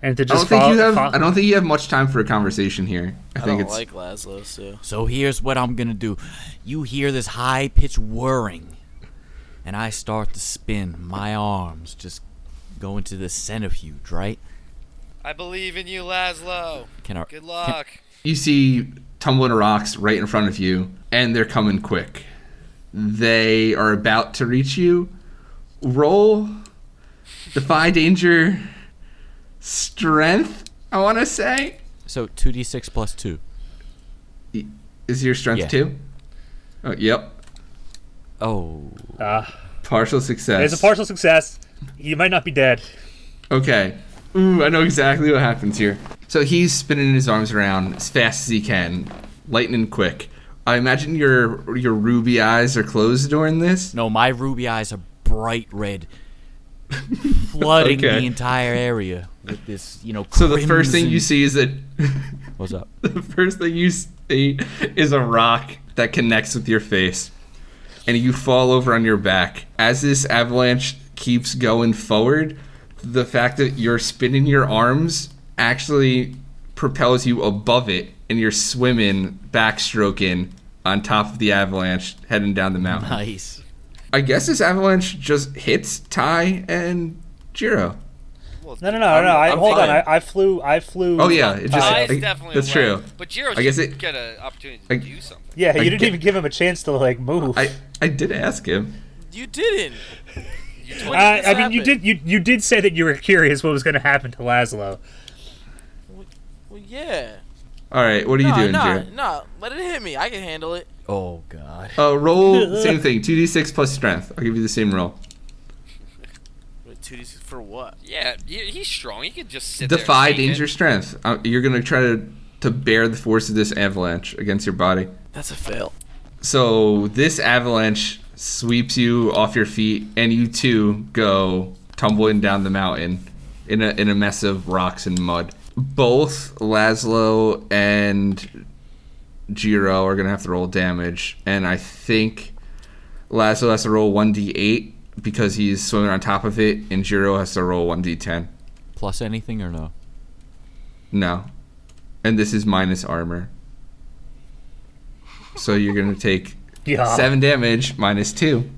and to I don't just think follow. you have. fo- I don't think you have much time for a conversation here. I, I, think don't it's. like Laszlo, so So here's what I'm gonna do. You hear this high pitched whirring, and I start to spin. My arms just go into the centrifuge, right? I believe in you, Laszlo. Can I? Good can- luck. you see tumbling rocks right in front of you, and they're coming quick. They are about to reach you. Roll, defy danger, strength. I want to say so two d six plus two. is your strength Yeah. two. Oh, yep, Oh, Ah, partial success. it's a partial success. He might not be dead. Okay. Ooh, I know exactly what happens here. So he's spinning his arms around as fast as he can, lightning quick. I imagine your your ruby eyes are closed during this. no, my ruby eyes are bright red, flooding Okay. the entire area with this, you know. So the first thing you crimson- see is that What's up? the first thing you see is a rock that connects with your face, and you fall over on your back. As this avalanche keeps going forward, the fact that you're spinning your arms actually propels you above it, and you're swimming, backstroking on top of the avalanche, heading down the mountain. Nice. I guess this avalanche just hits Ty and Jiro. No, no, no, no. I, I'm hold fine. on. I, I flew. I flew. uh, Oh yeah, it just Ty Ty's is I- definitely that's away. true. But Jiro I guess should it- get an opportunity to I- do something. Yeah, you I didn't get- even give him a chance to like move. Uh, I I did ask him. you didn't. You I, I mean, you did you you did say that you were curious what was going to happen to Laszlo. Well, yeah. All right, what are you No, doing, no, Jiro? no. Let it hit me. I can handle it. Oh god. Uh, roll same thing. Two d six plus strength. I'll give you the same roll. Wait, two d6 for what? Yeah, he- he's strong. He could just sit Defy there. and take danger it. strength. Uh, you're gonna try to to bear the force of this avalanche against your body. That's a fail. So this avalanche sweeps you off your feet, and you too go tumbling down the mountain in a in a mess of rocks and mud. Both Laszlo and Jiro are gonna have to roll damage, and I think Laszlo has to roll one d eight because he's swimming on top of it, and Jiro has to roll one d ten. Plus anything or no? No, and this is minus armor. So you're gonna take Yeah. Seven damage minus two.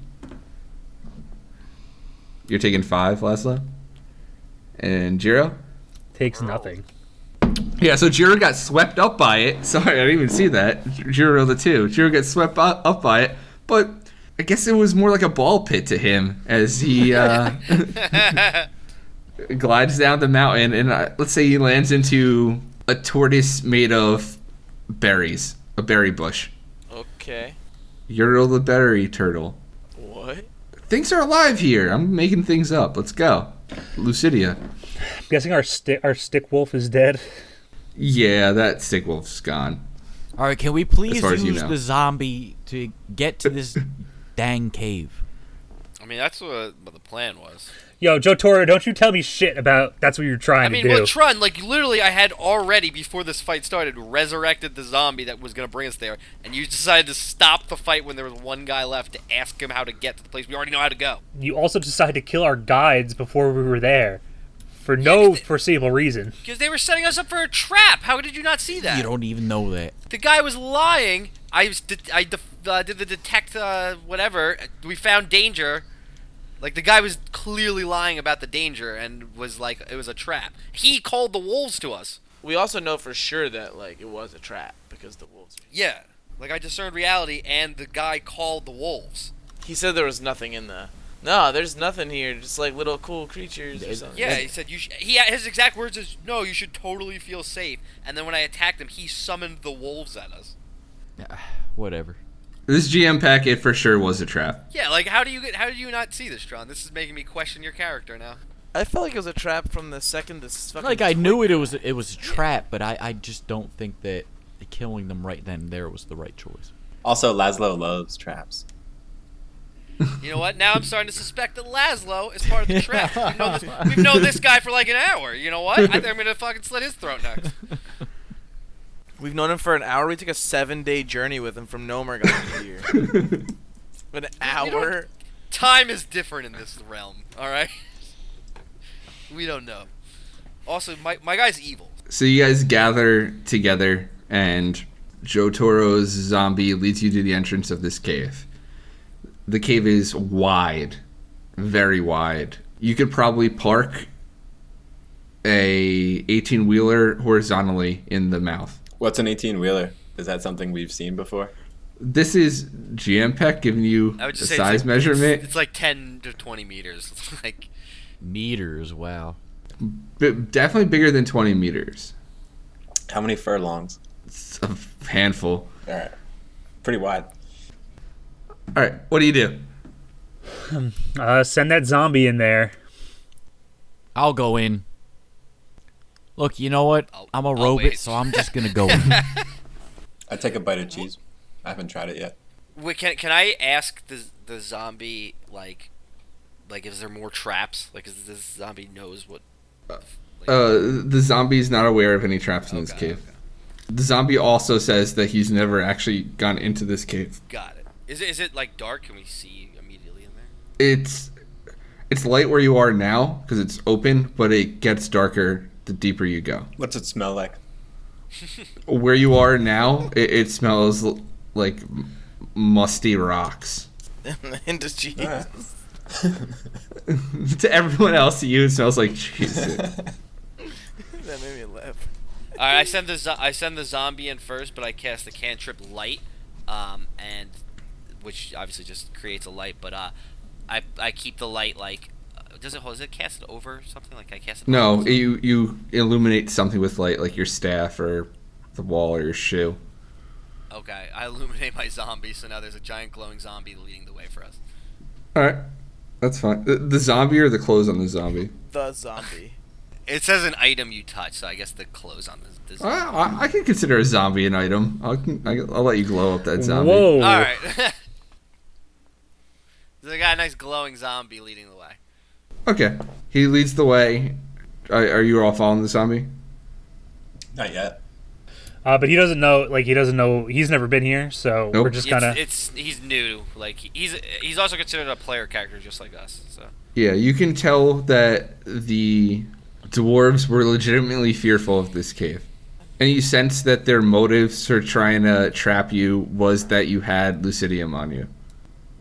You're taking five, Laszlo. And Jiro? Takes nothing. Yeah, so Jiro got swept up by it. Sorry, I didn't even see that. Jiro the two. Jiro got swept u- up by it, but I guess it was more like a ball pit to him as he uh, glides down the mountain. And uh, let's say he lands into a tortoise made of berries, a berry bush. Okay. Jiro the berry turtle. What? Things are alive here. I'm making things up. Let's go. Lucidia. I'm guessing our stick our stick wolf is dead. Yeah, that sick wolf's gone. All right, can we please far as use you know. the zombie to get to this dang cave? I mean, that's what, what the plan was. Yo, Joe Toro, don't you tell me shit about that's what you're trying I mean, to do. well, Trun, like, literally, I had already, before this fight started, resurrected the zombie that was going to bring us there, and you decided to stop the fight when there was one guy left to ask him how to get to the place we already know how to go. you also decided to kill our guides before we were there, for no foreseeable reason. Because they were setting us up for a trap. How did you not see that? You don't even know that. The guy was lying. I was de- I def- uh, did the detect uh, whatever. We found danger. Like the guy was clearly lying about the danger and was like it was a trap. He called the wolves to us. We also know for sure that like it was a trap because the wolves. Yeah. Like I discerned reality and the guy called the wolves. He said there was nothing in the. No, there's nothing here. Just like little cool creatures or something. Yeah, he said you sh-, he his exact words is no, you should totally feel safe. And then when I attacked him, he summoned the wolves at us. Whatever. This GM packet for sure was a trap. Yeah, like how do you get how do you not see this, Tron? This is making me question your character now. I felt like it was a trap from the second this fucking. Like I knew it, it was it was a trap, but I, I just don't think that killing them right then and there was the right choice. Also, Laszlo loves traps. You know what? Now I'm starting to suspect that Laszlo is part of the trap. We've known this, we've known this guy for like an hour. You know what? I think I'm gonna fucking slit his throat next. We've known him for an hour. We took a seven day journey with him from Nomergon here. An hour? Time is different in this realm. All right. We don't know. Also, my my guy's evil. So you guys gather together, and Joe Toro's zombie leads you to the entrance of this cave. The cave is wide, very wide. You could probably park a 18 wheeler horizontally in the mouth. What's an 18 wheeler? Is that something we've seen before? This is GM Peck giving you I a would just say it's size like- measurement. It's, it's like 10 to 20 meters. It's like Meters, wow. B- definitely bigger than 20 meters. How many furlongs? It's a handful. All right. Pretty wide. All right, what do you do? Uh, send that zombie in there. I'll go in. Look, you know what? I'll- I'm a I'll robot, wait. so I'm just gonna go in. I take a bite of cheese. I haven't tried it yet. Wait, can can I ask the the zombie like like is there more traps? Like is this zombie knows what Uh, the zombie's not aware of any traps in this Okay, cave. The zombie also says that he's never actually gone into this cave. got it. Is it is it like dark? Can we see immediately in there? It's it's light where you are now because it's open, but it gets darker the deeper you go. What's it smell like? Where you are now, it, it smells l- like m- musty rocks. and does she- All right. to everyone else, to you it smells like cheese. That made me laugh. All right, I send the zo- I send the zombie in first, but I cast the cantrip light, um, and which obviously just creates a light. But uh, I I keep the light like uh, does it hold? Is it cast it over something? Like I cast it. no, over you you illuminate something with light, like your staff or the wall or your shoe. Okay, I illuminate my zombie, so now there's a giant glowing zombie leading the way for us. All right, that's fine. The, the zombie or the clothes on the zombie? The zombie. It says an item you touch, so I guess the clothes on this. this I, I, I can consider a zombie an item. I'll, I'll I'll let you glow up that zombie. Whoa! All right. so I got a nice glowing zombie leading the way. Okay, he leads the way. Are, are you all following the zombie? Not yet. Uh, but he doesn't know. Like he doesn't know. He's never been here, so Nope. we're just kind of. It's, it's he's new. Like he's he's also considered a player character, just like us. So. Yeah, you can tell that the dwarves were legitimately fearful of this cave. And you sense that their motives for trying to trap you was that you had Lucidium on you.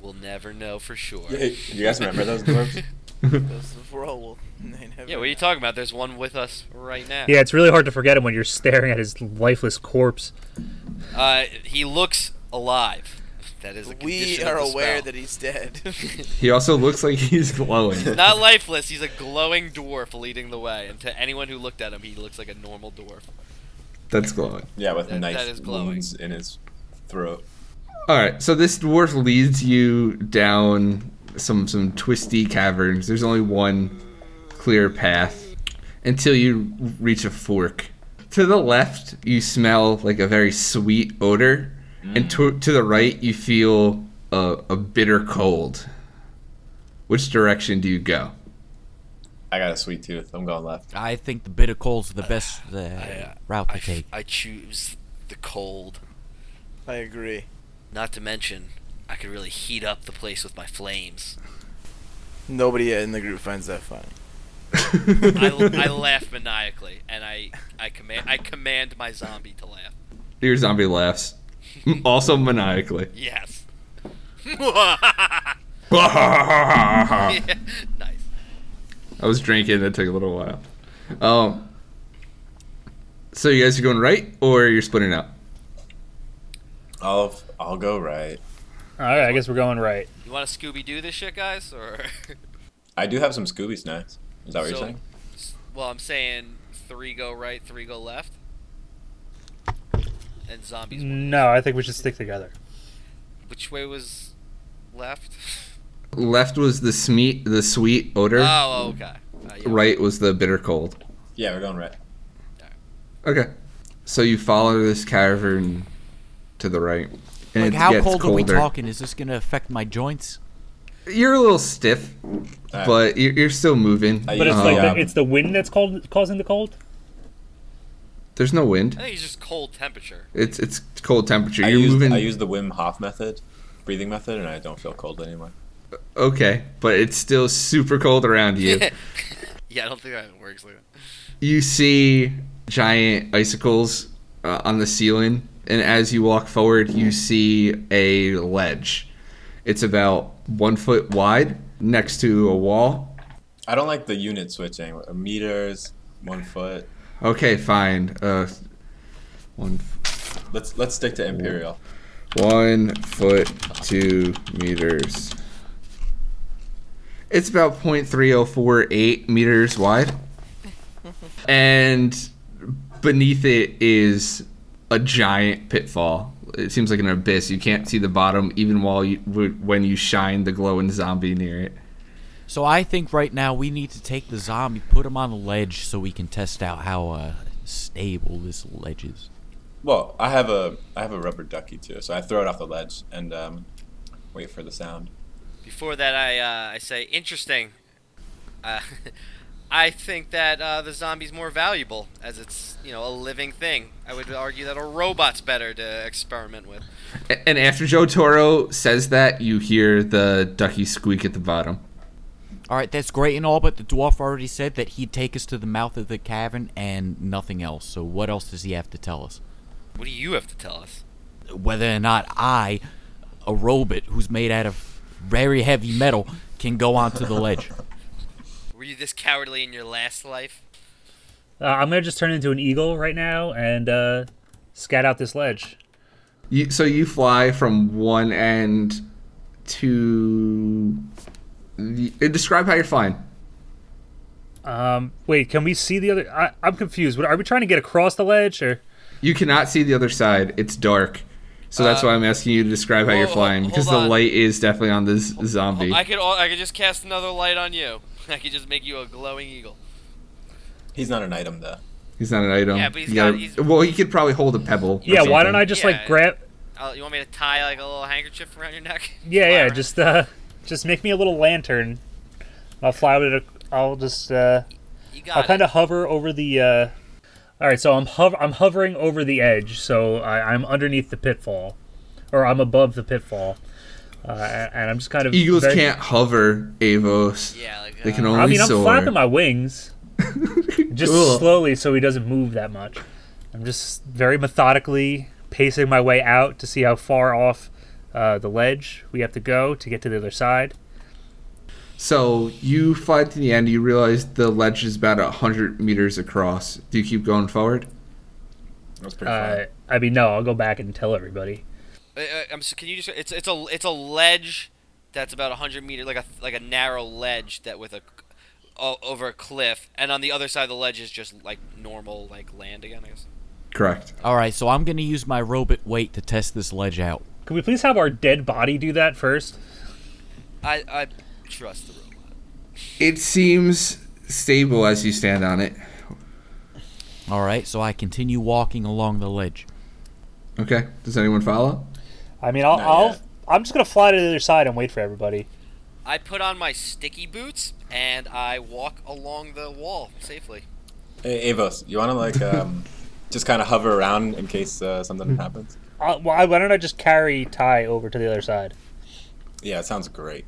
We'll never know for sure. Hey, you guys remember those dwarves? Those were all. Yeah, what are you talking about? There's one with us right now. Yeah, it's really hard to forget him when you're staring at his lifeless corpse. Uh, he looks alive. That is a We condition are of the aware spell. that he's dead. He also looks like he's glowing. Not lifeless. He's a glowing dwarf leading the way, and to anyone who looked at him, he looks like a normal dwarf. That's glowing. Yeah, with That- knife that is glowing. wounds in his throat. All right, so this dwarf leads you down some some twisty caverns. There's only one clear path until you reach a fork. To the left, you smell like a very sweet odor, and to, to the right, you feel a, a bitter cold. Which direction do you go? I got a sweet tooth. I'm going left. I think the bitter cold's the best uh, route to I, take. I choose the cold. I agree. Not to mention, I could really heat up the place with my flames. Nobody in the group finds that funny. I, I laugh maniacally, and I I command I command my zombie to laugh. Your zombie laughs, also maniacally. Yes. I nice. was drinking. That took a little while. Um, so you guys are going right, or you're splitting up? I'll I'll go right. All right, I guess we're going right. You want to Scooby Doo this shit, guys? Or I do have some Scooby snacks. Is that what So- you're saying? well, I'm saying three go right, three go left, and zombies. No, I think we should stick together. Which way was left? Left was the smeet, the sweet odor. Oh, okay. Uh, yeah. Right was the bitter cold. Yeah, we're going right. Okay. So you follow this cavern to the right, And it Like, how gets cold are we colder. talking? Is this going to affect my joints? You're a little stiff, Alright. but you're, you're still moving. I But it's use like the, the, um, it's the wind that's cold, causing the cold. There's no I wind. think it's just cold temperature. It's it's cold temperature. I You're use, moving. I use the Wim Hof method, breathing method, and I don't feel cold anymore. okay, but it's still super cold around you. Yeah, I don't think that works like that. you see giant icicles uh, on the ceiling, and as you walk forward, you see a ledge. It's about one foot wide next to a wall. I don't like the unit switching. Meters, one foot. Okay, fine. Uh, one, Let's let's stick to imperial. one foot, two meters. It's about 0.3048 meters wide. and beneath it is a giant pitfall. It seems like an abyss. You can't see the bottom even while you, w- when you shine the glowing zombie near it. So I think right now we need to take the zombie, put him on a ledge, so we can test out how uh, stable this ledge is. Well, I have a I have a rubber ducky too, so I throw it off the ledge and um, wait for the sound. Before that, I uh, I say interesting. Uh, I think that uh, the zombie's more valuable as it's you know a living thing. I would argue that a robot's better to experiment with. A- And after Joe Toro says that, you hear the ducky squeak at the bottom. All right, that's great and all, but the dwarf already said that he'd take us to the mouth of the cavern and nothing else. So what else does he have to tell us? What do you have to tell us? Whether or not I, a robot who's made out of very heavy metal, can go onto the ledge. Were you this cowardly in your last life? Uh, I'm gonna just turn into an eagle right now and uh, scat out this ledge. You, so you fly from one end to. y- Describe how you're flying. Um, wait, can we see the other? I, I'm confused. What- Are we trying to get across the ledge or? You cannot see the other side. It's dark. So that's why I'm asking you to describe how you're ho- flying Uh, hold because the on. light is definitely on this zombie. I could all, I could just cast another light on you. I could just make you a glowing eagle. He's not an item though. He's not an item. Yeah, but he's You gotta- got- he's- well, he could probably hold a pebble. or Yeah, why something. don't I just Yeah. like grab? Uh, you want me to tie like a little handkerchief around your neck? Yeah, Fly yeah, around? just uh, just make me a little lantern. I'll fly with it. ac- I'll just uh, You I'll got kind it. of hover over the. Uh... All right, so I'm hover I'm hovering over the edge, so I- I'm underneath the pitfall, or I'm above the pitfall, uh, a- and I'm just kind of Eagles very- can't hover, Avos. Yeah, like, They uh, can only I mean, I'm soar. flapping my wings, just Cool. slowly, so he doesn't move that much. I'm just very methodically pacing my way out to see how far off uh, the ledge we have to go to get to the other side. So you fly to the end. You realize the ledge is about hundred meters across. Do you keep going forward? That's pretty Uh, fun. I mean, no, I'll go back and tell everybody. Uh, uh, I'm so, can you just? It's it's a it's a ledge that's about hundred meter, like a like a narrow ledge that with a o- over a cliff, and on the other side of the ledge is just like normal like land again. I guess. Correct. All right, so I'm gonna use my robot weight to test this ledge out. Could we please have our dead body do that first? I I trust the robot. It seems stable as you stand on it. All right, so I continue walking along the ledge. Okay. Does anyone follow? I mean, I'll, Not I'll yet. I'm just gonna fly to the other side and wait for everybody. I put on my sticky boots and I walk along the wall safely. Hey, Avos, you want to like um, just kind of hover around in case uh, something Mm-hmm. happens? Uh, why, why don't I just carry Ty over to the other side? Yeah, it sounds great.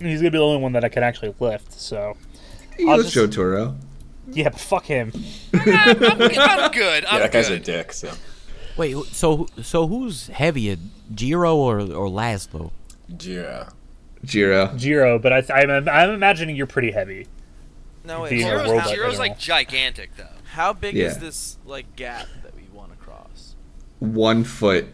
He's gonna be the only one that I can actually lift. So You I'll look just- Joe Toro. yeah, but fuck him. I'm good. I'm Yeah, that guy's a good. dick. So Wait, wh- so so who's heavier, Jiro or or Laszlo? uh, Jira. Jiro. Jiro, but I, I'm, I'm imagining you're pretty heavy. No wait. Being a hold Zero's, on. robot. Zero's, like general. gigantic though. How big is Yeah. this like gap that we want to cross? one foot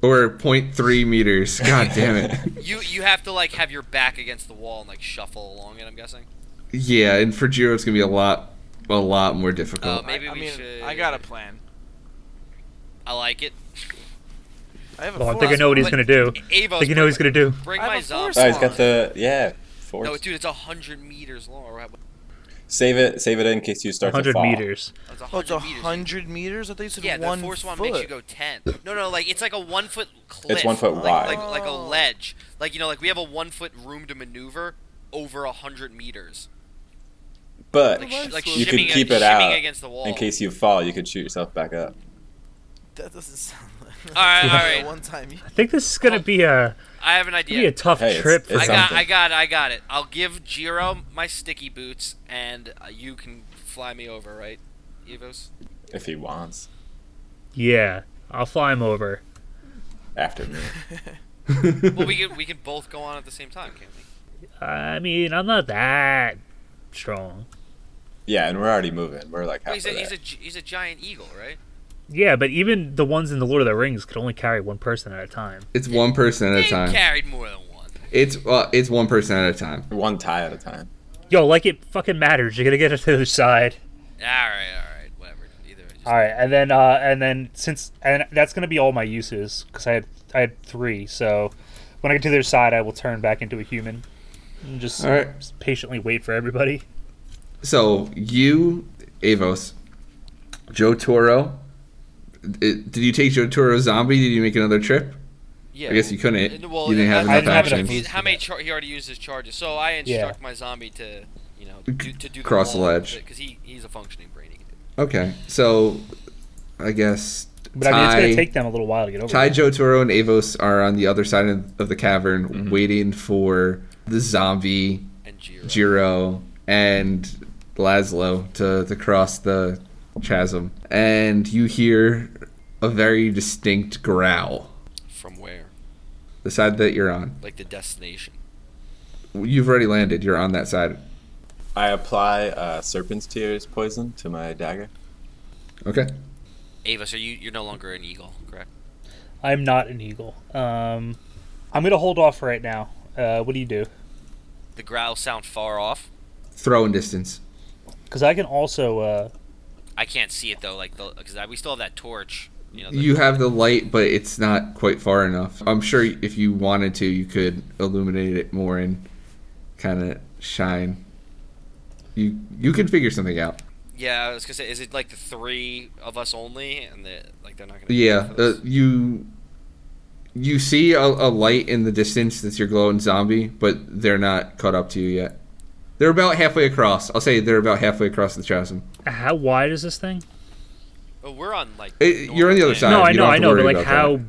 or 0.3 meters. God damn it. You you have to like have your back against the wall and like shuffle along it. I'm guessing. yeah, and for Jiro, it's gonna be a lot, a lot more Oh, Uh, difficult. maybe I, I we mean, should. I got a plan. I like it. I have a Well, I force think I know what he's But gonna do. Avos, I think you know what he's gonna do. Bring I have my a force zombie. Oh, he's got the yeah. Force. No, dude, it's hundred meters long. Or what- Save it. Save it in case you start to 100 fall. meters. It's a Oh, it's hundred a meters. hundred meters. I thought you said Yeah, one the force one foot. makes you go ten. No, no, like it's like a one foot cliff. one foot like, wide. like like a Oh. ledge. Like you know, like we have a one foot room to maneuver over a hundred meters. But Like, sh- like you could shimmying- keep shimmying it out against the wall. in case you fall. You could shoot yourself back up. That doesn't sound. Like All right, all right. One time. you- I think this is gonna be a I have an gonna be idea. a tough Hey, it's- trip. for it's I us. got, something. I got, I got it. I'll give Jiro my sticky boots, and uh, you can fly me over, right, Evos? If he wants. yeah, I'll fly him over. After me. Well, we can we can both go on at the same time, can't we? I mean, I'm not that strong. Yeah, and we're already moving. We're like Well, he's, a, halfway he's a there. gi- he's a giant eagle, right? Yeah, but even the ones in the Lord of the Rings could only carry one person at a time. It's one person at a They time. carried more than one. It's well, it's one person at a time. One tie at a time. Yo, like it fucking matters. You're gonna get it to the other side. All right, all right, whatever. Either way, just All right, and then uh, and then since and that's gonna be all my uses because I had I had three. So when I get to their side, I will turn back into a human and just All right. patiently wait for everybody. So you, Avos, Joe Toro. It, did you take Joe Toro zombie? Did you make another trip? Yeah. I guess you couldn't. And- well, you didn't have enough I- I didn't have enough actions. food. How many? Char- he already used his charges, so I instruct Yeah. my zombie to, you know, do, to do the Cross the ledge. because he he's a functioning brain. He can do Okay, so I guess But I mean, it's Ty- gonna take them a little while to get over. Ty, there. Joe Toro, and Avos are on the other side of of the cavern, waiting for the zombie it. and Jiro. Jiro and Laszlo to, to cross the chasm, and you hear a very distinct growl. From where? The side that you're on, Like the destination. you've already landed. You're on that side. I apply uh, serpent's tears poison to my dagger. Okay. Ava, so you you're no longer an eagle, correct? I'm not an eagle. Um, I'm gonna hold off right now. Uh, what do you do? The growl sound far off. Throw in distance. Because I can also. Uh, I can't see it though, like because we still have that torch. You know. The, You have the light, but it's not quite far enough. I'm sure if you wanted to, you could illuminate it more and kind of shine. You you could figure something out. yeah, I was gonna say, is it like the three of us only, and the like they're not gonna. be Yeah, for uh, this? you you see a, a light in the distance that's your glowing zombie, but they're not caught up to you yet. They're about halfway across. I'll say they're about halfway across the chasm. how wide is this thing? oh, we're on like. It- you're on the normal other land. side. no, I you know, don't have I to know, but worry like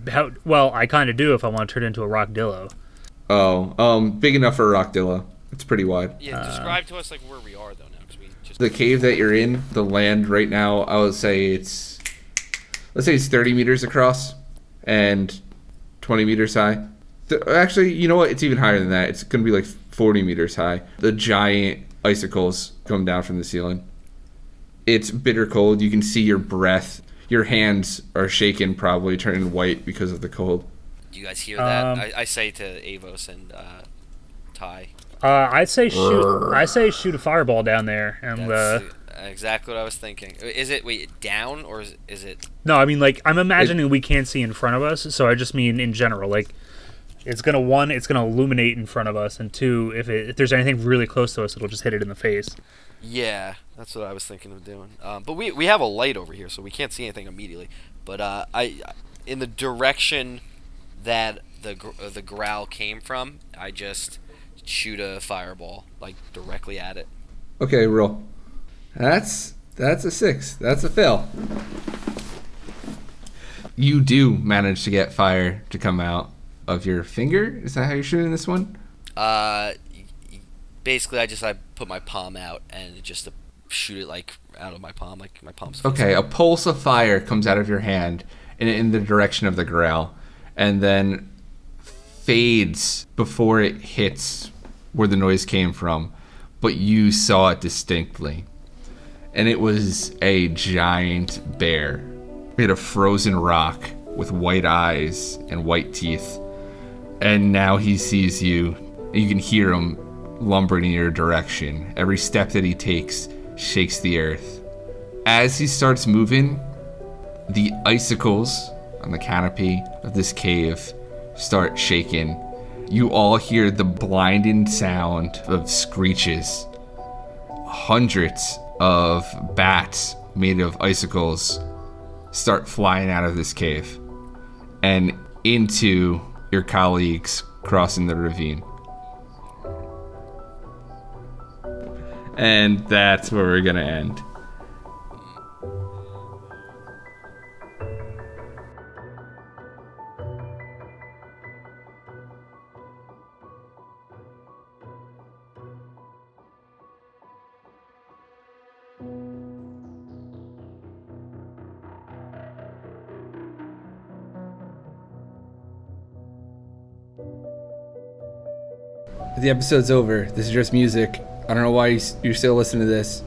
about how how well I kind of do if I want to turn into a rock dillo. Oh, um, big enough for a rockdilla. It's pretty wide. Yeah, describe to us like where we are though now, because we just the cave that you're in, the land right now, I would say it's let's say it's 30 meters across and 20 meters high. Th- actually, you know what? It's even higher than that. It's going to be like 40 meters high. The giant icicles come down from the ceiling. It's bitter cold. You can see your breath. Your hands are shaking, probably turning white because of the cold. Do you guys hear that? Um, I, I say to Avos and uh, Ty. Uh, I'd say shoot. I say shoot a fireball down there, and uh, That's exactly what I was thinking. Is it wait down or is, is it? no, I mean like I'm imagining we can't see in front of us, so I just mean in general. Like it's gonna one, it's gonna illuminate in front of us, and two, if, it, if there's anything really close to us, it'll just hit it in the face. Yeah, that's what I was thinking of doing. Um, but we we have a light over here, so we can't see anything immediately. But uh, I, in the direction that the gr- uh, the growl came from, I just shoot a fireball like directly at it. Okay, roll. That's that's a six. That's a fail. You do manage to get fire to come out of your finger. Is that how you're shooting this one? Uh, y- y- basically, I just I put my palm out and just uh, shoot it like out of my palm, like my palm's. facing Okay, a pulse of fire comes out of your hand in, in the direction of the growl, and then fades before it hits where the noise came from, but you saw it distinctly. And it was a giant bear made of frozen rock with white eyes and white teeth. And now he sees you, and you can hear him lumbering in your direction. Every step that he takes shakes the earth as he starts moving, the icicles on the canopy of this cave start shaking. You all hear the blinding sound of screeches, hundreds of bats made of icicles start flying out of this cave and into your colleagues crossing the ravine. And that's where we're going to end. The episode's over. This is just music. I don't know why you s- you're still listening to this.